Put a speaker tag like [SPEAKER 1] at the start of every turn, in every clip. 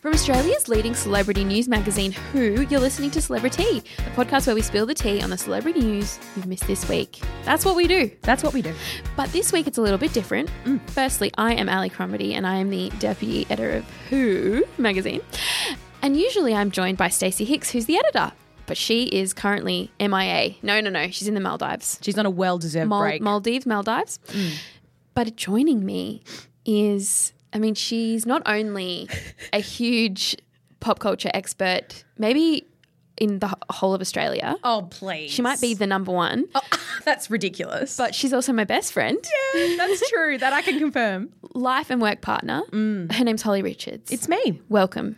[SPEAKER 1] From Australia's leading celebrity news magazine, Who, you're listening to Celebrity, a podcast where we spill the tea on the celebrity news you've missed this week. That's what we do.
[SPEAKER 2] That's what we do.
[SPEAKER 1] But this week it's a little bit different. Mm. Firstly, I am Ali Cromedy and I am the deputy editor of Who magazine. And usually I'm joined by Stacey Hicks, who's the editor. But she is currently MIA. No, no, no. She's in the Maldives.
[SPEAKER 2] She's on a well deserved
[SPEAKER 1] Mal-
[SPEAKER 2] break. Mm.
[SPEAKER 1] Maldives, Maldives. But joining me is, I mean, she's not only a huge pop culture expert, maybe in the wh- whole of Australia.
[SPEAKER 2] oh, please. Oh,
[SPEAKER 1] She might be the number one,
[SPEAKER 2] That's ridiculous.
[SPEAKER 1] but she's also my best friend,
[SPEAKER 2] that's true. That I can confirm.
[SPEAKER 1] life and work partner. Her name's Holly Richards.
[SPEAKER 2] Mm. It's me.
[SPEAKER 1] welcome.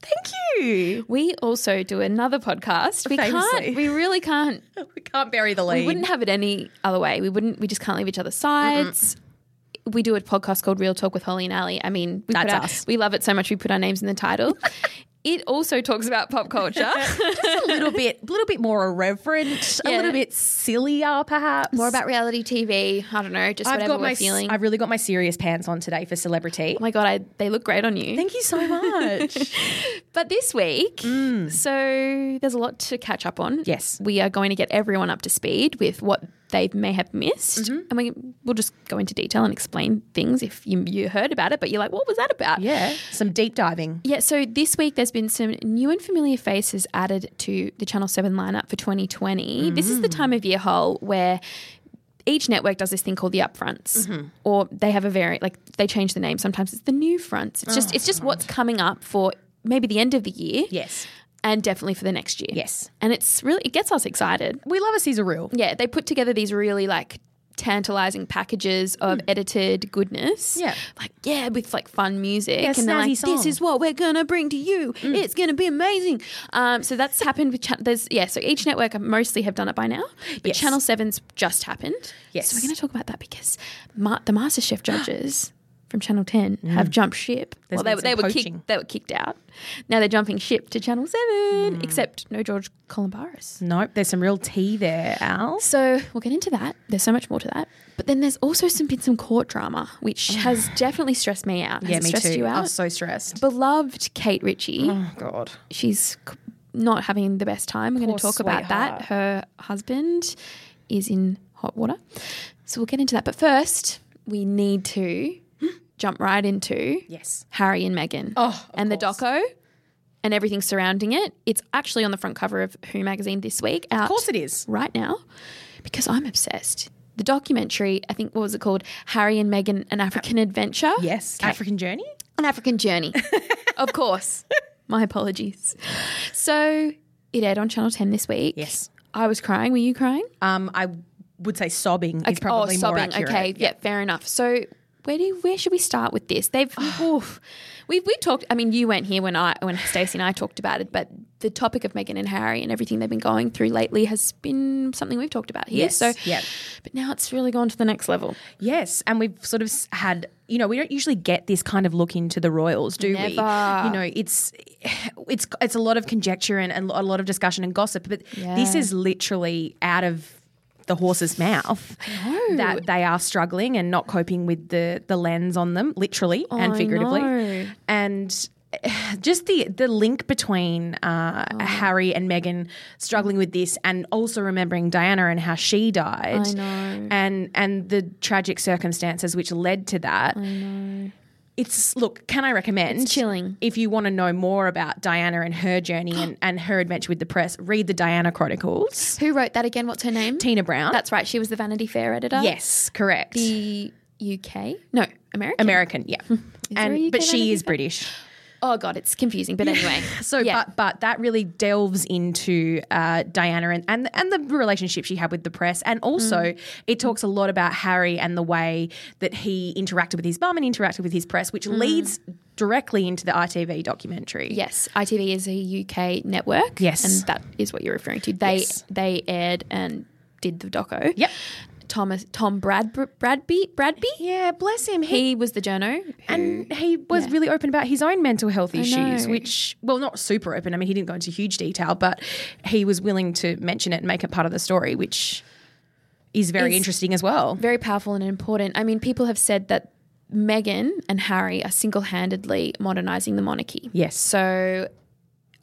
[SPEAKER 2] Thank you.
[SPEAKER 1] We also do another podcast. We
[SPEAKER 2] Famously.
[SPEAKER 1] can't. We really can't.
[SPEAKER 2] We can't bury the lead.
[SPEAKER 1] We wouldn't have it any other way. We wouldn't. We just can't leave each other's sides. We do a podcast called Real Talk with Holly and Ali. I mean, we
[SPEAKER 2] That's
[SPEAKER 1] put our-
[SPEAKER 2] us.
[SPEAKER 1] We love it so much. We put our names in the title. it also talks about pop culture.
[SPEAKER 2] a little bit, little bit more irreverent, a
[SPEAKER 1] Yeah.
[SPEAKER 2] little bit sillier, perhaps.
[SPEAKER 1] More about reality TV. I don't know. Just
[SPEAKER 2] I've
[SPEAKER 1] whatever
[SPEAKER 2] got
[SPEAKER 1] we're
[SPEAKER 2] my.
[SPEAKER 1] feeling.
[SPEAKER 2] I've really got my serious pants on today for celebrity.
[SPEAKER 1] oh my god, I, they look great on you.
[SPEAKER 2] Thank you so much.
[SPEAKER 1] But this week, Mm. so there's a lot to catch up on.
[SPEAKER 2] Yes.
[SPEAKER 1] We are going to get everyone up to speed with what they may have missed. And we, we'll just go into detail and explain things if you, you heard about it, but you're like, what was that about?
[SPEAKER 2] yeah, some deep diving.
[SPEAKER 1] Yeah, so this week there's been some new and familiar faces added to the Channel 7 lineup for 2020. This is the time of year hole where each network does this thing called the upfronts or they have a very like they change the name sometimes it's the new fronts it's just it's just what's coming up for maybe the end of the year
[SPEAKER 2] Yes,
[SPEAKER 1] and definitely for the next year
[SPEAKER 2] yes.
[SPEAKER 1] and it's really it gets us excited
[SPEAKER 2] We love a Caesar reel.
[SPEAKER 1] yeah they put together these really like tantalizing packages of edited goodness
[SPEAKER 2] Hmm. Yeah.
[SPEAKER 1] like yeah with like fun music
[SPEAKER 2] Yeah,
[SPEAKER 1] and they're
[SPEAKER 2] snazzy
[SPEAKER 1] like
[SPEAKER 2] Hmm.
[SPEAKER 1] this
[SPEAKER 2] song.
[SPEAKER 1] is what we're gonna bring to you it's gonna be amazing um, so that's happened with chan- there's yeah so each network mostly have done it by now but
[SPEAKER 2] Yes.
[SPEAKER 1] channel 7's just happened
[SPEAKER 2] Yes.
[SPEAKER 1] so we're gonna talk about that because Ma- the masterchef judges from channel 10 have jumped ship
[SPEAKER 2] Hmm. There's
[SPEAKER 1] well
[SPEAKER 2] been
[SPEAKER 1] they, they
[SPEAKER 2] some
[SPEAKER 1] were kicked
[SPEAKER 2] poaching.
[SPEAKER 1] they were kicked out now they're jumping ship to channel 7
[SPEAKER 2] Hmm.
[SPEAKER 1] except no george columbaris
[SPEAKER 2] Nope, there's some real tea there, Al.
[SPEAKER 1] so we'll get into that. There's so much more to that. But then there's also some been some court drama, which has definitely stressed me out. Has
[SPEAKER 2] Oh. yeah,
[SPEAKER 1] it
[SPEAKER 2] me
[SPEAKER 1] stressed
[SPEAKER 2] too.
[SPEAKER 1] you
[SPEAKER 2] I
[SPEAKER 1] out?
[SPEAKER 2] was so stressed.
[SPEAKER 1] Beloved Kate Ritchie,
[SPEAKER 2] Oh God.
[SPEAKER 1] she's c- not having the best time. We're going
[SPEAKER 2] Poor
[SPEAKER 1] to talk about that. Her husband is in hot water. So we'll get into that. But first, we need to jump right into
[SPEAKER 2] Yes.
[SPEAKER 1] Harry and Meghan.
[SPEAKER 2] Oh, of
[SPEAKER 1] and
[SPEAKER 2] course.
[SPEAKER 1] the doco and everything surrounding it. It's actually on the front cover of Who magazine this week. Out
[SPEAKER 2] Of course it is.
[SPEAKER 1] right now because I'm obsessed. The documentary, I think, what was it called? Harry and Meghan, An African Adventure?
[SPEAKER 2] Yes. African Journey?
[SPEAKER 1] An African Journey. of course. My apologies. So it aired on Channel 10 this week.
[SPEAKER 2] Yes.
[SPEAKER 1] I was crying. Were you crying?
[SPEAKER 2] Um, I would say sobbing is probably
[SPEAKER 1] oh,
[SPEAKER 2] more
[SPEAKER 1] sobbing.
[SPEAKER 2] accurate.
[SPEAKER 1] okay. Yeah. fair enough. So where do where should we start with this? They've oof. we've we talked. I mean, you weren't here when I when Stacey and I talked about it, but the topic of Meghan and Harry and everything they've been going through lately has been something we've talked about here.
[SPEAKER 2] Yes,
[SPEAKER 1] So
[SPEAKER 2] yeah.
[SPEAKER 1] but now it's really gone to the next level.
[SPEAKER 2] Yes, and we've sort of s- had you know we don't usually get this kind of look into the royals, do we?
[SPEAKER 1] Never.
[SPEAKER 2] You know, it's it's it's a lot of conjecture and, and a lot of discussion and gossip, but this
[SPEAKER 1] Yeah.
[SPEAKER 2] is literally out of the horse's mouth that they are struggling and not coping with the the lens on them, literally and
[SPEAKER 1] I
[SPEAKER 2] figuratively,
[SPEAKER 1] know.
[SPEAKER 2] and. Just the, the link between uh,
[SPEAKER 1] Mm-hmm.
[SPEAKER 2] Harry and Meghan struggling with this, and also remembering Diana and how she died,
[SPEAKER 1] I know.
[SPEAKER 2] and and the tragic circumstances which led to that. I know. It's look, can I recommend
[SPEAKER 1] It's chilling.
[SPEAKER 2] if you want to know more about Diana and her journey and, and her adventure with the press, read the Diana Chronicles.
[SPEAKER 1] Who wrote that again? What's her name?
[SPEAKER 2] Tina Brown.
[SPEAKER 1] That's right. She was the Vanity Fair editor.
[SPEAKER 2] yes, correct.
[SPEAKER 1] The UK? No, American.
[SPEAKER 2] American, yeah.
[SPEAKER 1] there a
[SPEAKER 2] And
[SPEAKER 1] UK
[SPEAKER 2] but she
[SPEAKER 1] Vanity
[SPEAKER 2] is
[SPEAKER 1] Fair?
[SPEAKER 2] British.
[SPEAKER 1] Oh god, it's confusing. But anyway,
[SPEAKER 2] So,
[SPEAKER 1] yeah.
[SPEAKER 2] but but that really delves into uh, Diana and, and and the relationship she had with the press, and also
[SPEAKER 1] Mm.
[SPEAKER 2] it talks a lot about Harry and the way that he interacted with his mum and interacted with his press, which
[SPEAKER 1] Mm.
[SPEAKER 2] leads directly into the ITV documentary.
[SPEAKER 1] Yes, ITV is a UK network.
[SPEAKER 2] Yes.
[SPEAKER 1] and that is what you're referring to. They they aired and did the doco.
[SPEAKER 2] Yep.
[SPEAKER 1] Thomas Tom Brad Bradby Bradby.
[SPEAKER 2] Yeah, bless him. He
[SPEAKER 1] He was the journo. who-
[SPEAKER 2] and he was
[SPEAKER 1] yeah.
[SPEAKER 2] really open about his own mental health issues,
[SPEAKER 1] know.
[SPEAKER 2] which well, not super open. I mean, he didn't go into huge detail, but he was willing to mention it and make it part of the story, which is very
[SPEAKER 1] Is-
[SPEAKER 2] interesting as well.
[SPEAKER 1] very powerful and important. I mean, people have said that Meghan and Harry are single handedly modernizing the monarchy.
[SPEAKER 2] Yes.
[SPEAKER 1] So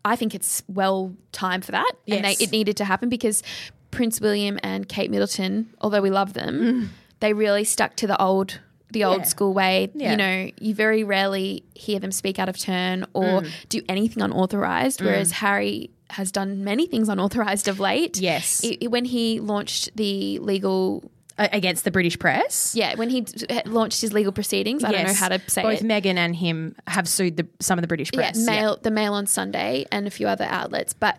[SPEAKER 1] I think it's well time for that. And
[SPEAKER 2] Yes.
[SPEAKER 1] they, it needed to happen because Prince William and Kate Middleton, although we love them, they really stuck to the old the old
[SPEAKER 2] Mm. Yeah.
[SPEAKER 1] school way.
[SPEAKER 2] Yeah.
[SPEAKER 1] You know, you very rarely hear them speak out of turn or
[SPEAKER 2] Mm.
[SPEAKER 1] do anything unauthorized, whereas Harry has done many things unauthorized of late.
[SPEAKER 2] Yes.
[SPEAKER 1] It- it- when he launched the legal
[SPEAKER 2] A- against the British press.
[SPEAKER 1] yeah, when he d- h- launched his legal proceedings, I don't know how to say
[SPEAKER 2] Both
[SPEAKER 1] it.
[SPEAKER 2] Meghan and him have sued the, some of the British
[SPEAKER 1] yeah,
[SPEAKER 2] press.
[SPEAKER 1] Mail, the Mail on Sunday, and a few other outlets. But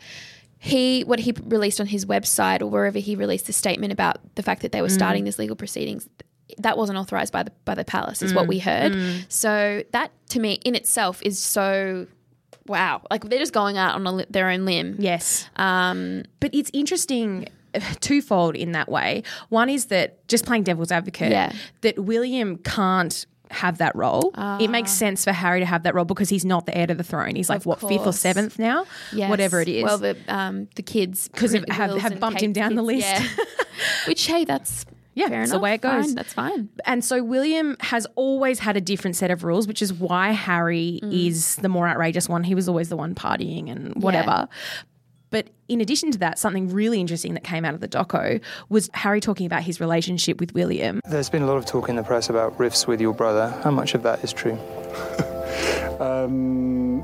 [SPEAKER 1] he, what he released on his website or wherever he released the statement about the fact that they
[SPEAKER 2] Mm.
[SPEAKER 1] were starting these legal proceedings, that wasn't authorized by the by the palace, is
[SPEAKER 2] Mm.
[SPEAKER 1] what we heard. So that to me, in itself, is so wow. Like they're just going out on a, li- their own limb.
[SPEAKER 2] Yes. Um, but it's interesting uh, twofold in that way. One is that just playing devil's advocate,
[SPEAKER 1] Yeah.
[SPEAKER 2] that William can't have that role.
[SPEAKER 1] Ah.
[SPEAKER 2] it makes sense for Harry to have that role because he's not the heir to the throne. He's like what fifth or
[SPEAKER 1] course.
[SPEAKER 2] seventh now,
[SPEAKER 1] Yes.
[SPEAKER 2] whatever it is.
[SPEAKER 1] Well, the um, the kids
[SPEAKER 2] 'Cause of-
[SPEAKER 1] Prin-
[SPEAKER 2] have-
[SPEAKER 1] Wills
[SPEAKER 2] have
[SPEAKER 1] and
[SPEAKER 2] bumped him
[SPEAKER 1] Kate's
[SPEAKER 2] down the
[SPEAKER 1] kids,
[SPEAKER 2] list.
[SPEAKER 1] yeah. Which hey, that's
[SPEAKER 2] Yeah,
[SPEAKER 1] fair
[SPEAKER 2] it's the
[SPEAKER 1] enough.
[SPEAKER 2] way it
[SPEAKER 1] Fine,
[SPEAKER 2] goes.
[SPEAKER 1] that's fine.
[SPEAKER 2] and so William has always had a different set of rules, which is why Harry
[SPEAKER 1] Mm.
[SPEAKER 2] is the more outrageous one. He was always the one partying and whatever. But in addition to that, something really interesting that came out of the doco was Harry talking about his relationship with William.
[SPEAKER 3] There's been a lot of talk in the press about rifts with your brother. How much of that is true?
[SPEAKER 4] Um,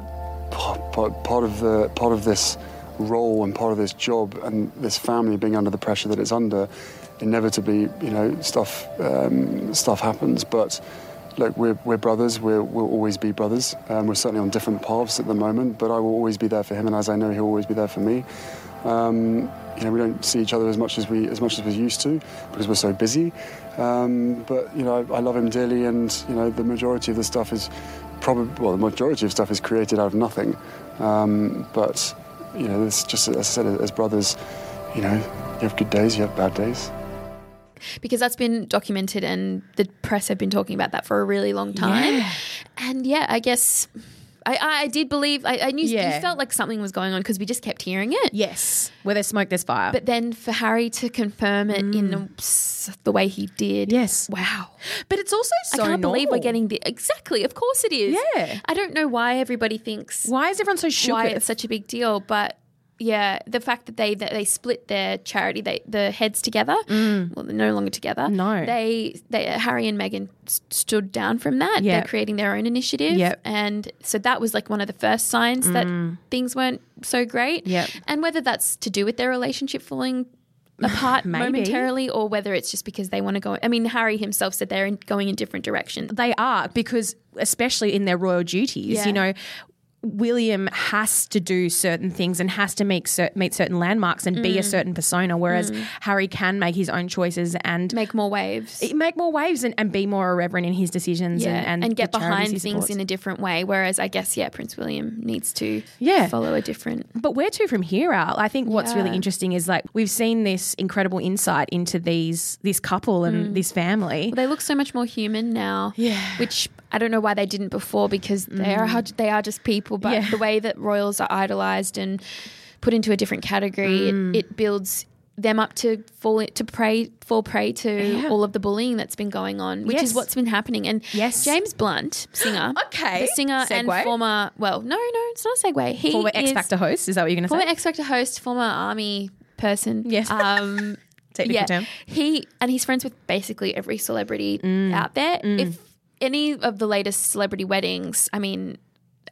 [SPEAKER 4] part, part, part of the part of this role and part of this job and this family being under the pressure that it's under, inevitably, you know, stuff um, stuff happens. But look, we're, we're brothers. We're, we'll always be brothers. Um, we're certainly on different paths at the moment, but I will always be there for him, and as I know, he'll always be there for me. Um, you know, we don't see each other as much as we as much as we used to because we're so busy. Um, but you know, I, I love him dearly, and you know, the majority of the stuff is probably well, the majority of stuff is created out of nothing. Um, but you know, it's just as I said, as brothers, you know, you have good days, you have bad days.
[SPEAKER 1] because that's been documented and the press have been talking about that for a really long time. And yeah, I guess I, I did believe I, I knew
[SPEAKER 2] Yeah.
[SPEAKER 1] you felt like something was going on because we just kept hearing it.
[SPEAKER 2] Yes, where there's smoke, there's fire.
[SPEAKER 1] But then for Harry to confirm it in the, s- the way he did,
[SPEAKER 2] Mm. Yes.
[SPEAKER 1] wow.
[SPEAKER 2] but it's also so
[SPEAKER 1] I can't believe we're
[SPEAKER 2] normal.
[SPEAKER 1] getting the exactly. Of course it is.
[SPEAKER 2] Yeah.
[SPEAKER 1] I don't know why everybody thinks
[SPEAKER 2] Why is everyone so shook?
[SPEAKER 1] why
[SPEAKER 2] at-
[SPEAKER 1] it's such a big deal, but yeah, the fact that they that they split their charity, they the heads together. Well, they're no longer together.
[SPEAKER 2] Mm. No.
[SPEAKER 1] they they Harry and Meghan s- stood down from that.
[SPEAKER 2] Yep.
[SPEAKER 1] They're creating their own initiative.
[SPEAKER 2] Yep. Mm.
[SPEAKER 1] and so that was like one of the first signs that things weren't so great.
[SPEAKER 2] Yep.
[SPEAKER 1] and whether that's to do with their relationship falling. Apart
[SPEAKER 2] Maybe.
[SPEAKER 1] momentarily, or whether it's just because they want to go. I mean, Harry himself said they're in, going in different directions.
[SPEAKER 2] they are because especially in their royal duties
[SPEAKER 1] Yeah.
[SPEAKER 2] you know William has to do certain things and has to make cer- meet certain landmarks and
[SPEAKER 1] Mm.
[SPEAKER 2] be a certain persona whereas Harry can make his own choices and
[SPEAKER 1] Make more waves.
[SPEAKER 2] make more waves and, and be more irreverent in his decisions
[SPEAKER 1] yeah,
[SPEAKER 2] and, and,
[SPEAKER 1] get
[SPEAKER 2] the charities
[SPEAKER 1] behind
[SPEAKER 2] he
[SPEAKER 1] things
[SPEAKER 2] supports.
[SPEAKER 1] in a different way. Whereas I guess yeah, Prince William needs to
[SPEAKER 2] Yeah.
[SPEAKER 1] follow a different.
[SPEAKER 2] But where to from here, Al? I think what's really
[SPEAKER 1] Yeah.
[SPEAKER 2] interesting is like we've seen this incredible insight into these this couple and
[SPEAKER 1] Mm.
[SPEAKER 2] this family.
[SPEAKER 1] They look so much more human now.
[SPEAKER 2] Yeah. Mm.
[SPEAKER 1] which I don't know why they didn't before because they are hard- they are just people. But
[SPEAKER 2] Yeah.
[SPEAKER 1] the way that royals are idolized and put into a different category,
[SPEAKER 2] Mm.
[SPEAKER 1] it, it builds them up to fall to prey fall prey to
[SPEAKER 2] Yeah.
[SPEAKER 1] all of the bullying that's been going on, which
[SPEAKER 2] Yes.
[SPEAKER 1] is what's been happening. And
[SPEAKER 2] Yes.
[SPEAKER 1] James Blunt, singer,
[SPEAKER 2] Okay.
[SPEAKER 1] the singer
[SPEAKER 2] Segue.
[SPEAKER 1] and former well, no, no, it's not a segue. He
[SPEAKER 2] Former X
[SPEAKER 1] is-
[SPEAKER 2] Factor host, is that what you're going to
[SPEAKER 1] former
[SPEAKER 2] say?
[SPEAKER 1] X Factor host, former army person.
[SPEAKER 2] Yes.
[SPEAKER 1] Um,
[SPEAKER 2] Technical
[SPEAKER 1] yeah.
[SPEAKER 2] term.
[SPEAKER 1] He and he's friends with basically every celebrity
[SPEAKER 2] Mm.
[SPEAKER 1] out there. If any of the latest celebrity weddings, I mean,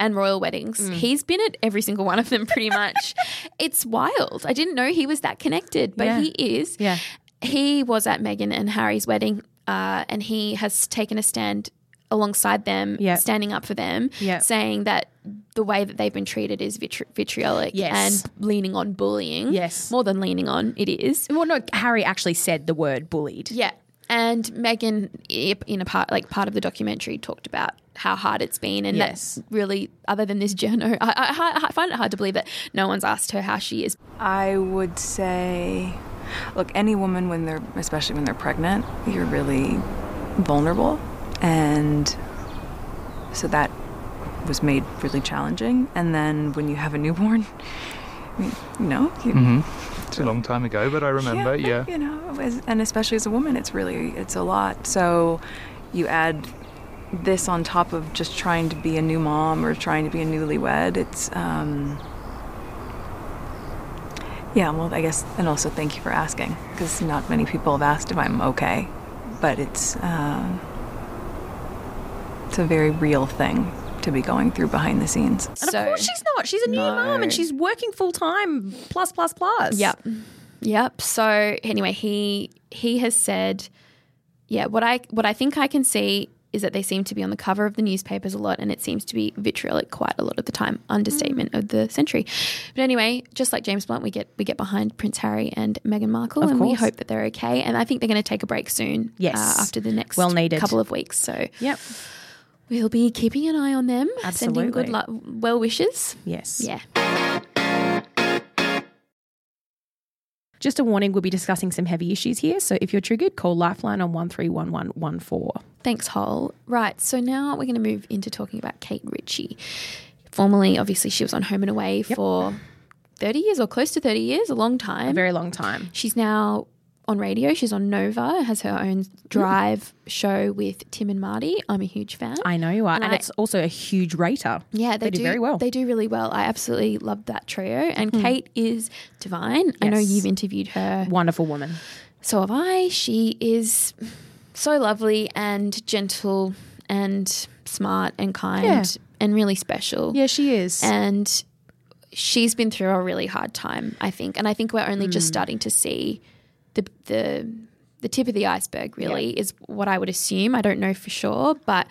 [SPEAKER 1] and royal weddings,
[SPEAKER 2] Mm.
[SPEAKER 1] he's been at every single one of them pretty much. it's wild. I didn't know he was that connected, but
[SPEAKER 2] Yeah.
[SPEAKER 1] he is.
[SPEAKER 2] Yeah.
[SPEAKER 1] He was at Meghan and Harry's wedding, uh, and he has taken a stand alongside them,
[SPEAKER 2] Yeah.
[SPEAKER 1] standing up for them,
[SPEAKER 2] Yeah.
[SPEAKER 1] saying that the way that they've been treated is vitri- vitriolic
[SPEAKER 2] Yes.
[SPEAKER 1] and leaning on bullying.
[SPEAKER 2] Yes.
[SPEAKER 1] More than leaning on, it is.
[SPEAKER 2] Well, no, Harry actually said the word bullied.
[SPEAKER 1] Yeah. And Megan, i- in a part like part of the documentary, talked about how hard it's been, and
[SPEAKER 2] Yes.
[SPEAKER 1] that's really other than this journo, I, I, I find it hard to believe that no one's asked her how she is.
[SPEAKER 5] I would say, look, any woman when they're, especially when they're pregnant, you're really vulnerable, and so that was made really challenging. And then when you have a newborn, I mean, you know, you,
[SPEAKER 3] It's a long time ago, but I remember, yeah.
[SPEAKER 5] you know, as, and especially as a woman, it's really it's a lot. So you add this on top of just trying to be a new mom or trying to be a newlywed. It's um, yeah. Well, I guess, and also thank you for asking because not many people have asked if I'm okay, but it's um, it's a very real thing to be going through behind the scenes.
[SPEAKER 2] And
[SPEAKER 1] So-
[SPEAKER 2] of course she's not. She's a new
[SPEAKER 1] No.
[SPEAKER 2] mom and she's working full time plus plus plus.
[SPEAKER 1] Yep. Yep. So anyway, he he has said, yeah, what I what I think I can see is that they seem to be on the cover of the newspapers a lot and it seems to be vitriolic quite a lot of the time.
[SPEAKER 2] Mm.
[SPEAKER 1] Understatement of the century. But anyway, just like James Blunt, we get we get behind Prince Harry and Meghan Markle and we
[SPEAKER 2] course.
[SPEAKER 1] hope that they're okay. And I think they're gonna take a break soon. uh,
[SPEAKER 2] Yes.
[SPEAKER 1] after the next
[SPEAKER 2] Well needed.
[SPEAKER 1] couple of weeks. So
[SPEAKER 2] Yep.
[SPEAKER 1] we'll be keeping an eye on them. Sending
[SPEAKER 2] Absolutely.
[SPEAKER 1] good lu- well wishes.
[SPEAKER 2] Yes.
[SPEAKER 1] Yeah.
[SPEAKER 2] Just a warning, we'll be discussing some heavy issues here. So if you're triggered, call Lifeline on 131114.
[SPEAKER 1] Thanks, Hole. Right, so now we're going to move into talking about Kate Ritchie. Formerly, obviously, she was on Home and Away for 30 years or close to 30 years, a long
[SPEAKER 2] A
[SPEAKER 1] time.
[SPEAKER 2] very long time.
[SPEAKER 1] She's now on radio. She's on Nova, has her own drive show with Tim and Marty. I'm a huge fan.
[SPEAKER 2] I know you are. And,
[SPEAKER 1] I-
[SPEAKER 2] it's also a huge rater.
[SPEAKER 1] yeah, they,
[SPEAKER 2] do very well. Hmm.
[SPEAKER 1] They do really well. I absolutely love that trio. And Kate is divine. I know
[SPEAKER 2] Yes.
[SPEAKER 1] you've interviewed her.
[SPEAKER 2] Wonderful woman.
[SPEAKER 1] So have I. She is so lovely and gentle and smart and kind
[SPEAKER 2] Yeah.
[SPEAKER 1] and really special.
[SPEAKER 2] she is.
[SPEAKER 1] And she's been through a really hard time, I think. And I think we're only
[SPEAKER 2] Mm.
[SPEAKER 1] just starting to see the the the tip of the iceberg really is what I would assume. I don't know for sure, but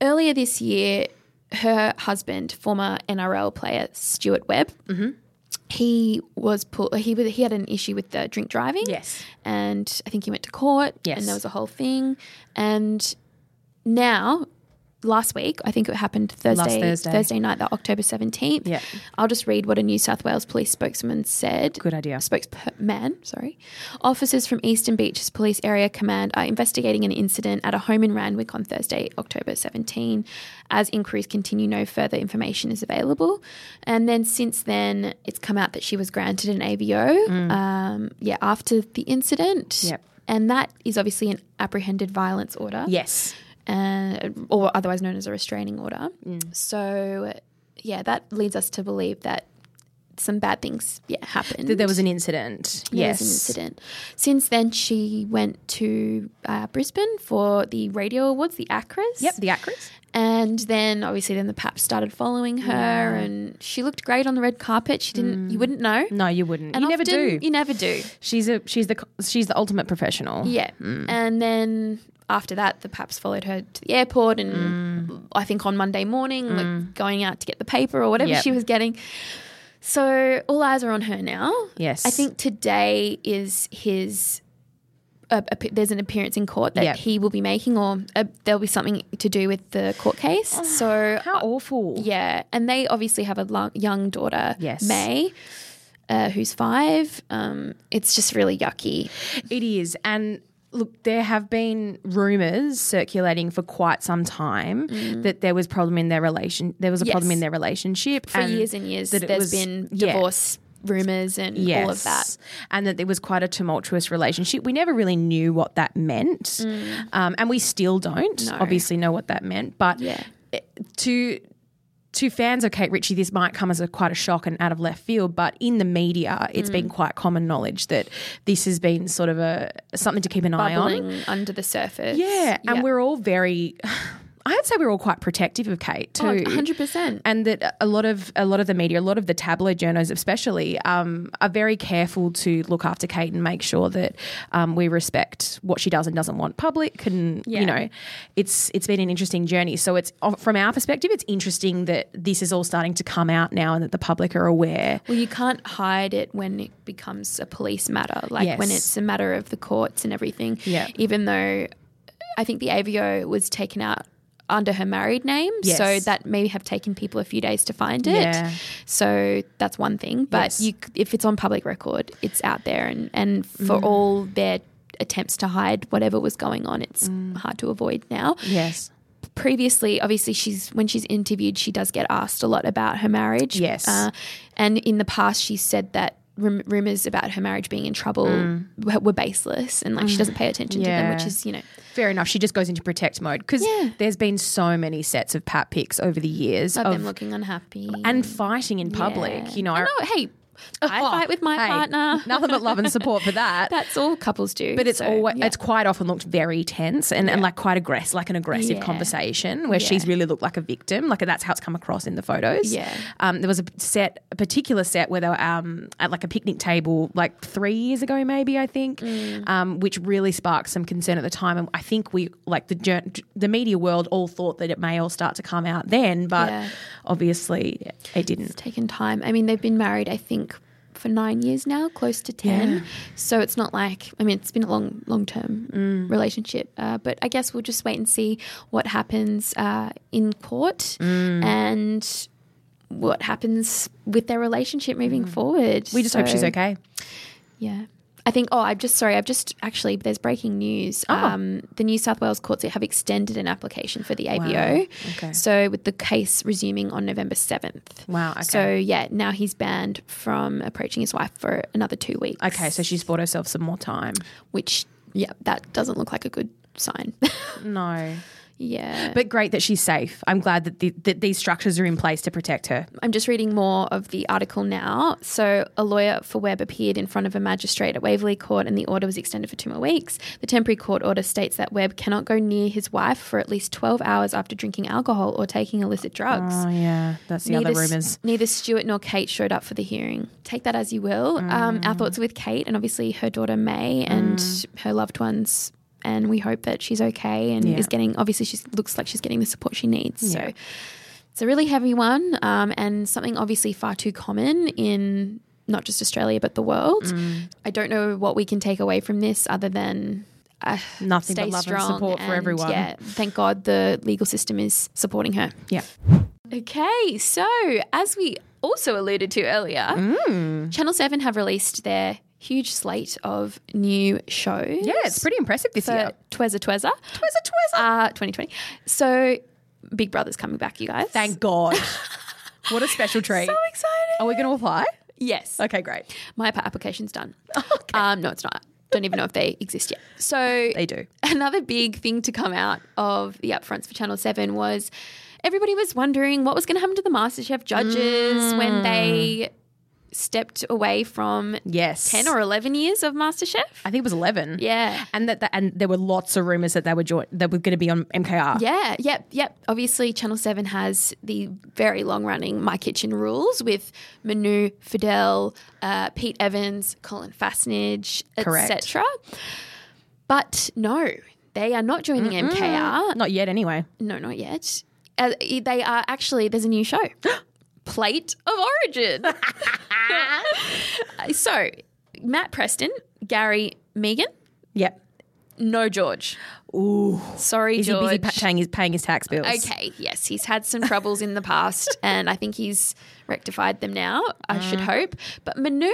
[SPEAKER 1] earlier this year her husband, former NRL player Stuart Webb,
[SPEAKER 2] Mm-hmm.
[SPEAKER 1] he was pulled. He was- he had an issue with the drink driving.
[SPEAKER 2] Yes.
[SPEAKER 1] and I think he went to court.
[SPEAKER 2] Yes.
[SPEAKER 1] and there was a whole thing. And now, last week, I think it happened Thursday,
[SPEAKER 2] Thursday.
[SPEAKER 1] night, the October seventeenth.
[SPEAKER 2] Yeah.
[SPEAKER 1] I'll just read what a New South Wales police spokesman said.
[SPEAKER 2] Good idea.
[SPEAKER 1] Spokesman, sorry. Officers from Eastern Beaches Police Area Command are investigating an incident at a home in Randwick on Thursday, October 17. As inquiries continue, no further information is available. And then since then, it's come out that she was granted an AVO. Um, yeah, after the incident.
[SPEAKER 2] Mm. Yep.
[SPEAKER 1] And that is obviously an apprehended violence order
[SPEAKER 2] Yes.
[SPEAKER 1] uh, or otherwise known as a restraining order.
[SPEAKER 2] Mm.
[SPEAKER 1] So, yeah, that leads us to believe that some bad things yeah, happened.
[SPEAKER 2] That there was an incident.
[SPEAKER 1] There
[SPEAKER 2] yes.
[SPEAKER 1] was an incident. Since then, she went to uh, Brisbane for the radio awards, the ACRAs.
[SPEAKER 2] Yep, the actress.
[SPEAKER 1] And then, obviously, then the paps started following her, and she looked great on the red carpet. She didn't. You wouldn't know.
[SPEAKER 2] No, you wouldn't.
[SPEAKER 1] And
[SPEAKER 2] Mm. you never do.
[SPEAKER 1] often You never do.
[SPEAKER 2] she's a she's the she's the ultimate professional.
[SPEAKER 1] Yeah.
[SPEAKER 2] Mm.
[SPEAKER 1] And then after that, the Paps followed her to the airport, and
[SPEAKER 2] Mm.
[SPEAKER 1] I think on Monday morning, like going out to get the paper or whatever
[SPEAKER 2] Yep.
[SPEAKER 1] she was getting. So all eyes are on her now.
[SPEAKER 2] Yes.
[SPEAKER 1] I think today is his. Uh, there's an appearance in court that
[SPEAKER 2] Yep.
[SPEAKER 1] he will be making, or uh, there'll be something to do with the court case. so
[SPEAKER 2] Oh, How awful.
[SPEAKER 1] yeah, and they obviously have a lo- young daughter,
[SPEAKER 2] Yes.
[SPEAKER 1] May, uh, who's five. Um, it's just really yucky.
[SPEAKER 2] It is. And look, there have been rumours circulating for quite some time that there was problem in their relation there was a problem
[SPEAKER 1] Mm. Yes.
[SPEAKER 2] in their relationship.
[SPEAKER 1] for years and years
[SPEAKER 2] that it
[SPEAKER 1] there's
[SPEAKER 2] was-
[SPEAKER 1] been
[SPEAKER 2] yeah.
[SPEAKER 1] divorce rumors and all of that
[SPEAKER 2] And that it was quite a tumultuous relationship. We never really knew what that meant.
[SPEAKER 1] Mm.
[SPEAKER 2] Um, and we still don't obviously know what that meant. But
[SPEAKER 1] Yeah.
[SPEAKER 2] it- to to fans of Kate Ritchie, this might come as a quite a shock and out of left field, but in the media, it's
[SPEAKER 1] Mm.
[SPEAKER 2] been quite common knowledge that this has been sort of a something to keep an eye on.
[SPEAKER 1] bubbling under the surface
[SPEAKER 2] Yeah, and we're all very. I I'd say we were all quite protective of Kate too.
[SPEAKER 1] Oh, 100%.
[SPEAKER 2] and that a lot of a lot of the media, a lot of the tabloid journos especially, um, are very careful to look after Kate and make sure that um, we respect what she does and doesn't want public. And
[SPEAKER 1] Yeah.
[SPEAKER 2] you know, it's it's been an interesting journey. So it's from our perspective, it's interesting that this is all starting to come out now and that the public are aware.
[SPEAKER 1] Well, you can't hide it when it becomes a police matter, like
[SPEAKER 2] Yes.
[SPEAKER 1] when it's a matter of the courts and everything.
[SPEAKER 2] Yeah.
[SPEAKER 1] Even though I think the AVO was taken out under her married name,
[SPEAKER 2] Yes.
[SPEAKER 1] so that may have taken people a few days to find it.
[SPEAKER 2] Yeah.
[SPEAKER 1] So that's one thing. But
[SPEAKER 2] Yes.
[SPEAKER 1] you, c- if it's on public record, it's out there, and and for
[SPEAKER 2] Mm.
[SPEAKER 1] all their attempts to hide whatever was going on, it's
[SPEAKER 2] Mm.
[SPEAKER 1] hard to avoid now
[SPEAKER 2] Yes.
[SPEAKER 1] previously, obviously, she's when she's interviewed, she does get asked a lot about her marriage.
[SPEAKER 2] Yes.
[SPEAKER 1] uh, and in the past, she said that rum- rumors about her marriage being in trouble were, were baseless, and like she doesn't pay attention to them,
[SPEAKER 2] Mm. Yeah.
[SPEAKER 1] which is you know,
[SPEAKER 2] Fair enough. She just goes into protect mode because
[SPEAKER 1] Yeah.
[SPEAKER 2] there's been so many sets of pat pics over the years
[SPEAKER 1] of,
[SPEAKER 2] of
[SPEAKER 1] them looking unhappy
[SPEAKER 2] and fighting in public.
[SPEAKER 1] Yeah.
[SPEAKER 2] You know,
[SPEAKER 1] I know, hey, I
[SPEAKER 2] Oh,
[SPEAKER 1] fight with my
[SPEAKER 2] hey,
[SPEAKER 1] partner.
[SPEAKER 2] Nothing but love and support for that.
[SPEAKER 1] That's all couples do.
[SPEAKER 2] but it's
[SPEAKER 1] so,
[SPEAKER 2] always
[SPEAKER 1] yeah.
[SPEAKER 2] it's quite often looked very tense and, and like quite aggressive, like an aggressive
[SPEAKER 1] Yeah.
[SPEAKER 2] conversation where she's really looked like a victim. Like that's how it's come across in the photos.
[SPEAKER 1] Yeah.
[SPEAKER 2] Um, there was a set, a particular set where they were um, at like a picnic table, like three years ago, maybe I think,
[SPEAKER 1] Mm.
[SPEAKER 2] um, which really sparked some concern at the time. And I think we like the jour- the media world all thought that it may all start to come out then, but
[SPEAKER 1] Yeah.
[SPEAKER 2] obviously it didn't.
[SPEAKER 1] taken time. I mean, they've been married, I think, for nine years now, close to ten. So it's not like I mean, it's been a long, long term
[SPEAKER 2] Mm.
[SPEAKER 1] relationship. Uh, but I guess we'll just wait and see what happens uh, in court
[SPEAKER 2] Mm.
[SPEAKER 1] and what happens with their relationship moving forward.
[SPEAKER 2] Mm. We just hope she's okay.
[SPEAKER 1] Yeah. I think, oh, I'm just sorry. I've just actually, there's breaking news.
[SPEAKER 2] Oh.
[SPEAKER 1] Um, the New South Wales courts have extended an application for the ABO.
[SPEAKER 2] Okay.
[SPEAKER 1] So, with the case resuming on November 7th.
[SPEAKER 2] Wow, okay.
[SPEAKER 1] So, yeah, now he's banned from approaching his wife for another two weeks.
[SPEAKER 2] Okay, so she's bought herself some more time.
[SPEAKER 1] Which, yeah, that doesn't look like a good sign.
[SPEAKER 2] No.
[SPEAKER 1] yeah.
[SPEAKER 2] But great that she's safe. I'm glad that, the, that these structures are in place to protect her.
[SPEAKER 1] I'm just reading more of the article now. So, a lawyer for Webb appeared in front of a magistrate at Waverley Court, and the order was extended for two more weeks. The temporary court order states that Webb cannot go near his wife for at least 12 hours after drinking alcohol or taking illicit drugs.
[SPEAKER 2] Oh, yeah, that's the other rumors.
[SPEAKER 1] neither Stuart nor Kate showed up for the hearing. Take that as you will. Um,
[SPEAKER 2] Mm.
[SPEAKER 1] our thoughts are with Kate and obviously her daughter May and her loved ones. And we hope that she's okay and is getting, obviously, she looks like she's getting the support she needs. So it's a really heavy one um, and something obviously far too common in not just Australia but the world.
[SPEAKER 2] Mm.
[SPEAKER 1] I don't know what we can take away from this other than uh,
[SPEAKER 2] Nothing
[SPEAKER 1] stay
[SPEAKER 2] but love
[SPEAKER 1] strong
[SPEAKER 2] and support for everyone.
[SPEAKER 1] Yeah, thank God the legal system is supporting her.
[SPEAKER 2] Yeah.
[SPEAKER 1] Okay, so as we also alluded to earlier,
[SPEAKER 2] Mm.
[SPEAKER 1] Channel 7 have released their huge slate of new shows.
[SPEAKER 2] Yeah, it's pretty impressive this
[SPEAKER 1] for
[SPEAKER 2] year.
[SPEAKER 1] Twezza Twezza.
[SPEAKER 2] Twizza twizza.
[SPEAKER 1] Uh, 2020. So Big Brother's coming back, you guys.
[SPEAKER 2] Thank God. what a special treat.
[SPEAKER 1] So excited.
[SPEAKER 2] Are we going to apply?
[SPEAKER 1] Yes.
[SPEAKER 2] Okay, great.
[SPEAKER 1] My pa- application's done. Um, no, it's not. Don't even know if they exist yet. So
[SPEAKER 2] They do.
[SPEAKER 1] Another big thing to come out of the upfronts for Channel 7 was everybody was wondering what was going to happen to the MasterChef judges when they stepped away from
[SPEAKER 2] Mm. Yes.
[SPEAKER 1] 10 or 11 years of MasterChef.
[SPEAKER 2] I think it was 11.
[SPEAKER 1] Yeah.
[SPEAKER 2] And that, that and there were lots of rumors that they were join, that were going to be on MKR.
[SPEAKER 1] Yeah, yep, yep. Obviously, Channel 7 has the very long running My Kitchen Rules with Manu Fidel, uh, Pete Evans, Colin Fastnage,
[SPEAKER 2] Correct.
[SPEAKER 1] etc. But no, they are not joining MKR.
[SPEAKER 2] Not yet anyway.
[SPEAKER 1] No, not yet. Uh, they are actually, there's a new show Plate of Origin. so, Matt Preston, Gary Megan,
[SPEAKER 2] Yep.
[SPEAKER 1] no George.
[SPEAKER 2] Ooh.
[SPEAKER 1] Sorry,
[SPEAKER 2] Is
[SPEAKER 1] George.
[SPEAKER 2] he busy pa- paying his paying his tax bills?
[SPEAKER 1] Okay, yes, he's had some troubles in the past, and I think he's rectified them now. I
[SPEAKER 2] Mm.
[SPEAKER 1] should hope. But Manu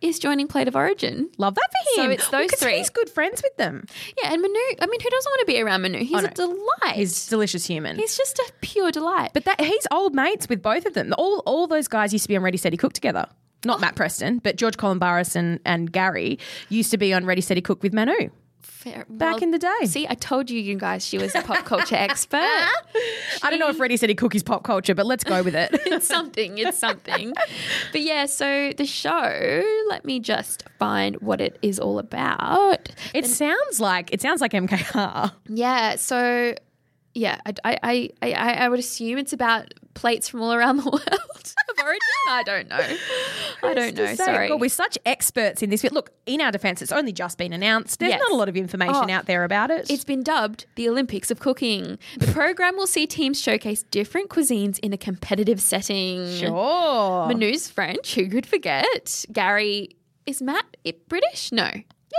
[SPEAKER 1] is joining Plate of Origin.
[SPEAKER 2] Love that for
[SPEAKER 1] So
[SPEAKER 2] him.
[SPEAKER 1] it's those
[SPEAKER 2] 'cause
[SPEAKER 1] three.
[SPEAKER 2] He's good friends with them.
[SPEAKER 1] Yeah, and Manu. I mean, who doesn't want to be around Manu? He's a delight.
[SPEAKER 2] Oh, He's a
[SPEAKER 1] He's,
[SPEAKER 2] delicious human.
[SPEAKER 1] just a pure delight.
[SPEAKER 2] But that he's old mates with both of them. All all those guys used to be on Ready Steady Cook together.
[SPEAKER 1] Oh.
[SPEAKER 2] Not Matt Preston, but George Columbaris and, and Gary used to be on Ready Steady Cook with Manu.
[SPEAKER 1] Fair-
[SPEAKER 2] back in the day.
[SPEAKER 1] see, I told you, you guys, she was a pop culture expert.
[SPEAKER 2] I don't know if Ready Steady Cook is pop culture, but let's go with it.
[SPEAKER 1] It's something. It's something. but yeah, so the show. Let me just find what it is all about.
[SPEAKER 2] it sounds like it sounds like MKR.
[SPEAKER 1] Yeah, so yeah, I, I, I, I, I would assume it's about plates from all around the world of origin. I don't know. I don't know.
[SPEAKER 2] Just say,
[SPEAKER 1] Sorry.
[SPEAKER 2] God, we're such experts in this. But look, in our defence, it's only just been announced. There's
[SPEAKER 1] Yes.
[SPEAKER 2] not a lot of information
[SPEAKER 1] Oh.
[SPEAKER 2] out there about it.
[SPEAKER 1] It's been dubbed the Olympics of cooking. The program will see teams showcase different cuisines in a competitive setting.
[SPEAKER 2] sure.
[SPEAKER 1] Manu's French, who could forget? Gary is Matt it British? No.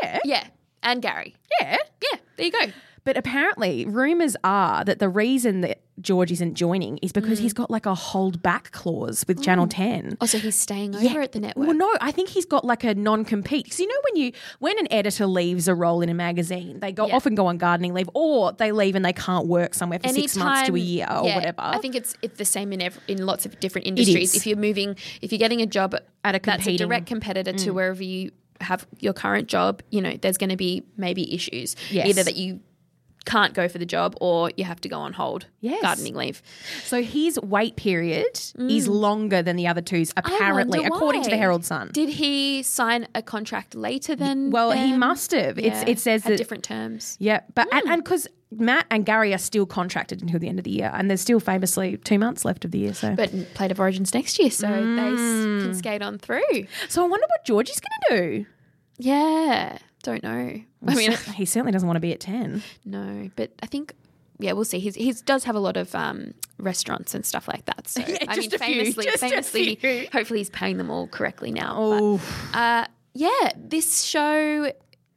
[SPEAKER 2] yeah.
[SPEAKER 1] Yeah. And Gary.
[SPEAKER 2] Yeah.
[SPEAKER 1] Yeah, there you go.
[SPEAKER 2] But apparently, rumours are that the reason that George isn't joining is because
[SPEAKER 1] Mm.
[SPEAKER 2] he's got like a hold back clause with Channel 10.
[SPEAKER 1] Also, he's staying over at the Oh, network.
[SPEAKER 2] Well, no, I think he's got like a non-compete. Because you know when you when an editor leaves a role in a magazine, they go often go on gardening leave, or they leave and they can't work somewhere for six months to
[SPEAKER 1] Anytime-
[SPEAKER 2] a year or
[SPEAKER 1] yeah,
[SPEAKER 2] whatever.
[SPEAKER 1] I think it's it's the same in ev- in lots of different industries.
[SPEAKER 2] is.
[SPEAKER 1] If you're moving, if you're getting a job
[SPEAKER 2] At a
[SPEAKER 1] that's a
[SPEAKER 2] competing-
[SPEAKER 1] direct competitor Mm. to wherever you have your current job, you know, there's going to be maybe issues.
[SPEAKER 2] Yes.
[SPEAKER 1] Either that you can't go for the job or you have to go on hold.
[SPEAKER 2] Yes.
[SPEAKER 1] Gardening leave.
[SPEAKER 2] so. His wait period is longer than the other two's,
[SPEAKER 1] Mm. I
[SPEAKER 2] apparently,
[SPEAKER 1] wonder
[SPEAKER 2] according to the
[SPEAKER 1] why.
[SPEAKER 2] Herald Sun.
[SPEAKER 1] Did he sign a contract later than?
[SPEAKER 2] well, he
[SPEAKER 1] them?
[SPEAKER 2] must have. It's,
[SPEAKER 1] Yeah.
[SPEAKER 2] it says
[SPEAKER 1] Had
[SPEAKER 2] that
[SPEAKER 1] different terms.
[SPEAKER 2] Yeah, but
[SPEAKER 1] Hmm.
[SPEAKER 2] and because Matt and Gary are still contracted until the end of the year, and there's still famously two months left of the year. So,
[SPEAKER 1] But played of origins next year, so they s-
[SPEAKER 2] Mm.
[SPEAKER 1] can skate on through.
[SPEAKER 2] so I wonder what George is going to do.
[SPEAKER 1] Yeah, don't know. I mean,
[SPEAKER 2] he certainly doesn't want to be at ten.
[SPEAKER 1] No, but I think yeah, we'll see. He's he does have a lot of um, restaurants and stuff like that. So I mean,
[SPEAKER 2] just a few,
[SPEAKER 1] famously,
[SPEAKER 2] just a
[SPEAKER 1] famously,
[SPEAKER 2] few.
[SPEAKER 1] hopefully he's paying them all correctly now. Oh, but, uh, yeah, this show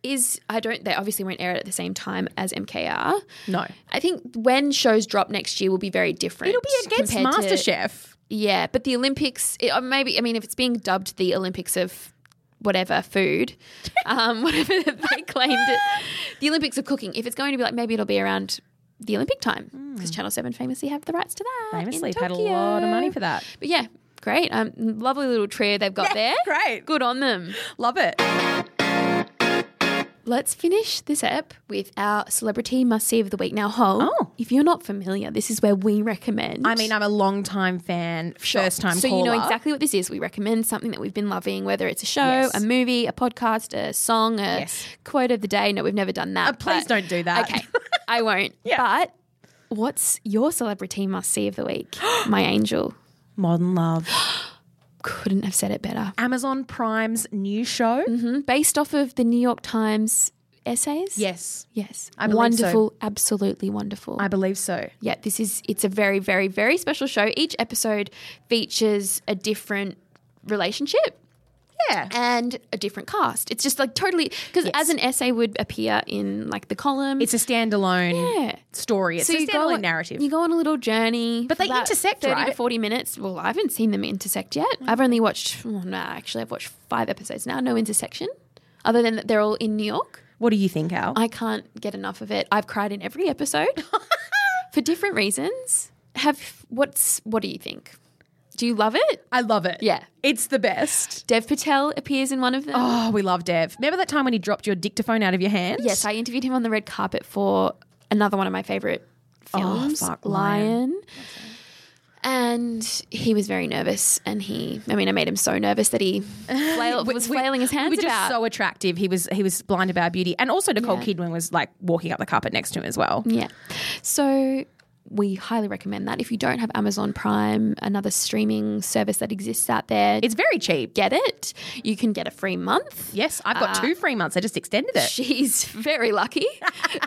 [SPEAKER 1] is I don't they obviously won't air it at the same time as MKR.
[SPEAKER 2] No,
[SPEAKER 1] I think when shows drop next year will be very different.
[SPEAKER 2] it'll be against
[SPEAKER 1] compared to-
[SPEAKER 2] MasterChef.
[SPEAKER 1] yeah, but the Olympics, it, or maybe, I mean, if it's being dubbed the Olympics of whatever food, um, whatever they claimed it, the Olympics of cooking, if it's going to be like, maybe it'll be around the Olympic time because Channel 7 famously have the rights to that. in
[SPEAKER 2] Hmm. Famously, paid a
[SPEAKER 1] Tokyo.
[SPEAKER 2] lot of money for that.
[SPEAKER 1] But yeah, great. Um, lovely little trio they've got there.
[SPEAKER 2] great.
[SPEAKER 1] Good on them.
[SPEAKER 2] Love it.
[SPEAKER 1] Let's finish this ep with our celebrity must see of the week. Now, Hol,
[SPEAKER 2] Oh.
[SPEAKER 1] if you're not familiar, this is where we recommend.
[SPEAKER 2] I mean, I'm a long time fan, first time.
[SPEAKER 1] So you know exactly what this is. We recommend something that we've been loving, whether it's a show,
[SPEAKER 2] Yes.
[SPEAKER 1] a movie, a podcast, a song, a
[SPEAKER 2] Yes. Uh,
[SPEAKER 1] quote of the day. No, we've never done that.
[SPEAKER 2] please
[SPEAKER 1] but-
[SPEAKER 2] don't do that.
[SPEAKER 1] Okay, I won't. But what's your celebrity must see of the week? My angel
[SPEAKER 2] Modern Love,
[SPEAKER 1] couldn't have said it better.
[SPEAKER 2] Amazon Prime's new show.
[SPEAKER 1] Hmm? Based off of the New York Times essays.
[SPEAKER 2] Yes,
[SPEAKER 1] Yes.
[SPEAKER 2] I believe so.
[SPEAKER 1] wonderful. Absolutely wonderful.
[SPEAKER 2] I believe so.
[SPEAKER 1] yeah, this is it's a very, very, very special show. Each episode features a different relationship.
[SPEAKER 2] Yeah.
[SPEAKER 1] and a different cast. It's just like totally because as an essay would appear in like the column.
[SPEAKER 2] It's a standalone
[SPEAKER 1] yeah.
[SPEAKER 2] story. It's a standalone narrative.
[SPEAKER 1] You go on a little journey,
[SPEAKER 2] But they
[SPEAKER 1] for about
[SPEAKER 2] intersect,
[SPEAKER 1] thirty to
[SPEAKER 2] right? Mm-hmm.
[SPEAKER 1] forty minutes. Well, I haven't seen them intersect yet. I've only watched. Well, no, actually, I've watched five episodes now. No intersection, other than that they're all in New York.
[SPEAKER 2] what do you think, Al?
[SPEAKER 1] I can't get enough of it. I've cried in every episode for different reasons. Have what's what do you think? Do you love it?
[SPEAKER 2] I love it.
[SPEAKER 1] Yeah.
[SPEAKER 2] it's the best.
[SPEAKER 1] Dev Patel appears in one of them.
[SPEAKER 2] Oh, we love Dev. Remember that time when he dropped your dictaphone out of your hand?
[SPEAKER 1] Yes, I interviewed him on the red carpet for another one of my favorite films,
[SPEAKER 2] Oh, fuck,
[SPEAKER 1] Lion. And he was very nervous, and he, I mean, I made him so nervous that he flail, was flailing his hands
[SPEAKER 2] He was just
[SPEAKER 1] about.
[SPEAKER 2] so attractive. He was he was blind about beauty, and also Nicole Kidman was like walking up the carpet next to him as well.
[SPEAKER 1] yeah. So we highly recommend that. If you don't have Amazon Prime, another streaming service that exists out there,
[SPEAKER 2] It's very cheap.
[SPEAKER 1] get it. You can get a free month.
[SPEAKER 2] Yes, I've
[SPEAKER 1] Uh,
[SPEAKER 2] got two free months. I just extended it.
[SPEAKER 1] She's very lucky.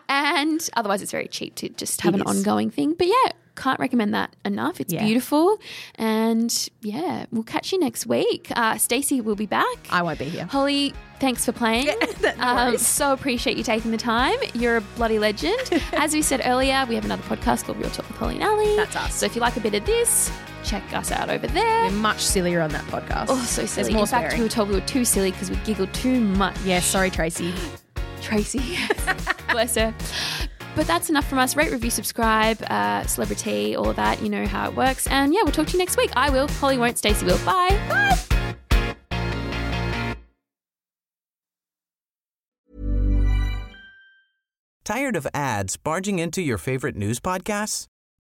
[SPEAKER 1] and otherwise, it's very cheap to just have an ongoing thing. But yeah, can't recommend that enough. It's
[SPEAKER 2] Yeah.
[SPEAKER 1] beautiful. And yeah, we'll catch you next week. Uh, Stacey will be back.
[SPEAKER 2] I won't be here.
[SPEAKER 1] Holly, thanks for playing. um, so appreciate you taking the time. You're a bloody legend. As we said earlier, we have another podcast called Real Talk with Holly and Ali.
[SPEAKER 2] That's us.
[SPEAKER 1] So if you like a bit of this, check us out over there.
[SPEAKER 2] We're much sillier on that podcast.
[SPEAKER 1] Oh, so
[SPEAKER 2] There's
[SPEAKER 1] silly.
[SPEAKER 2] more
[SPEAKER 1] In fact, we
[SPEAKER 2] swearing.
[SPEAKER 1] were told we were too silly because we giggled too much.
[SPEAKER 2] yeah, sorry, Tracy.
[SPEAKER 1] Tracy. Bless her. But that's enough from us. Rate, review, subscribe, uh, celebrity, all of that. You know how it works. And yeah, we'll talk to you next week. I will. Holly won't. Stacey will. Bye. Bye.
[SPEAKER 6] Tired of ads barging into your favorite news podcasts?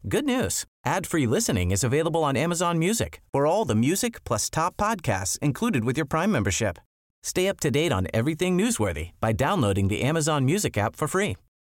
[SPEAKER 6] Good news. Ad-free listening is available on Amazon Music for all the music plus top podcasts included with your Prime membership. Stay up to date on everything newsworthy by downloading the Amazon Music app for free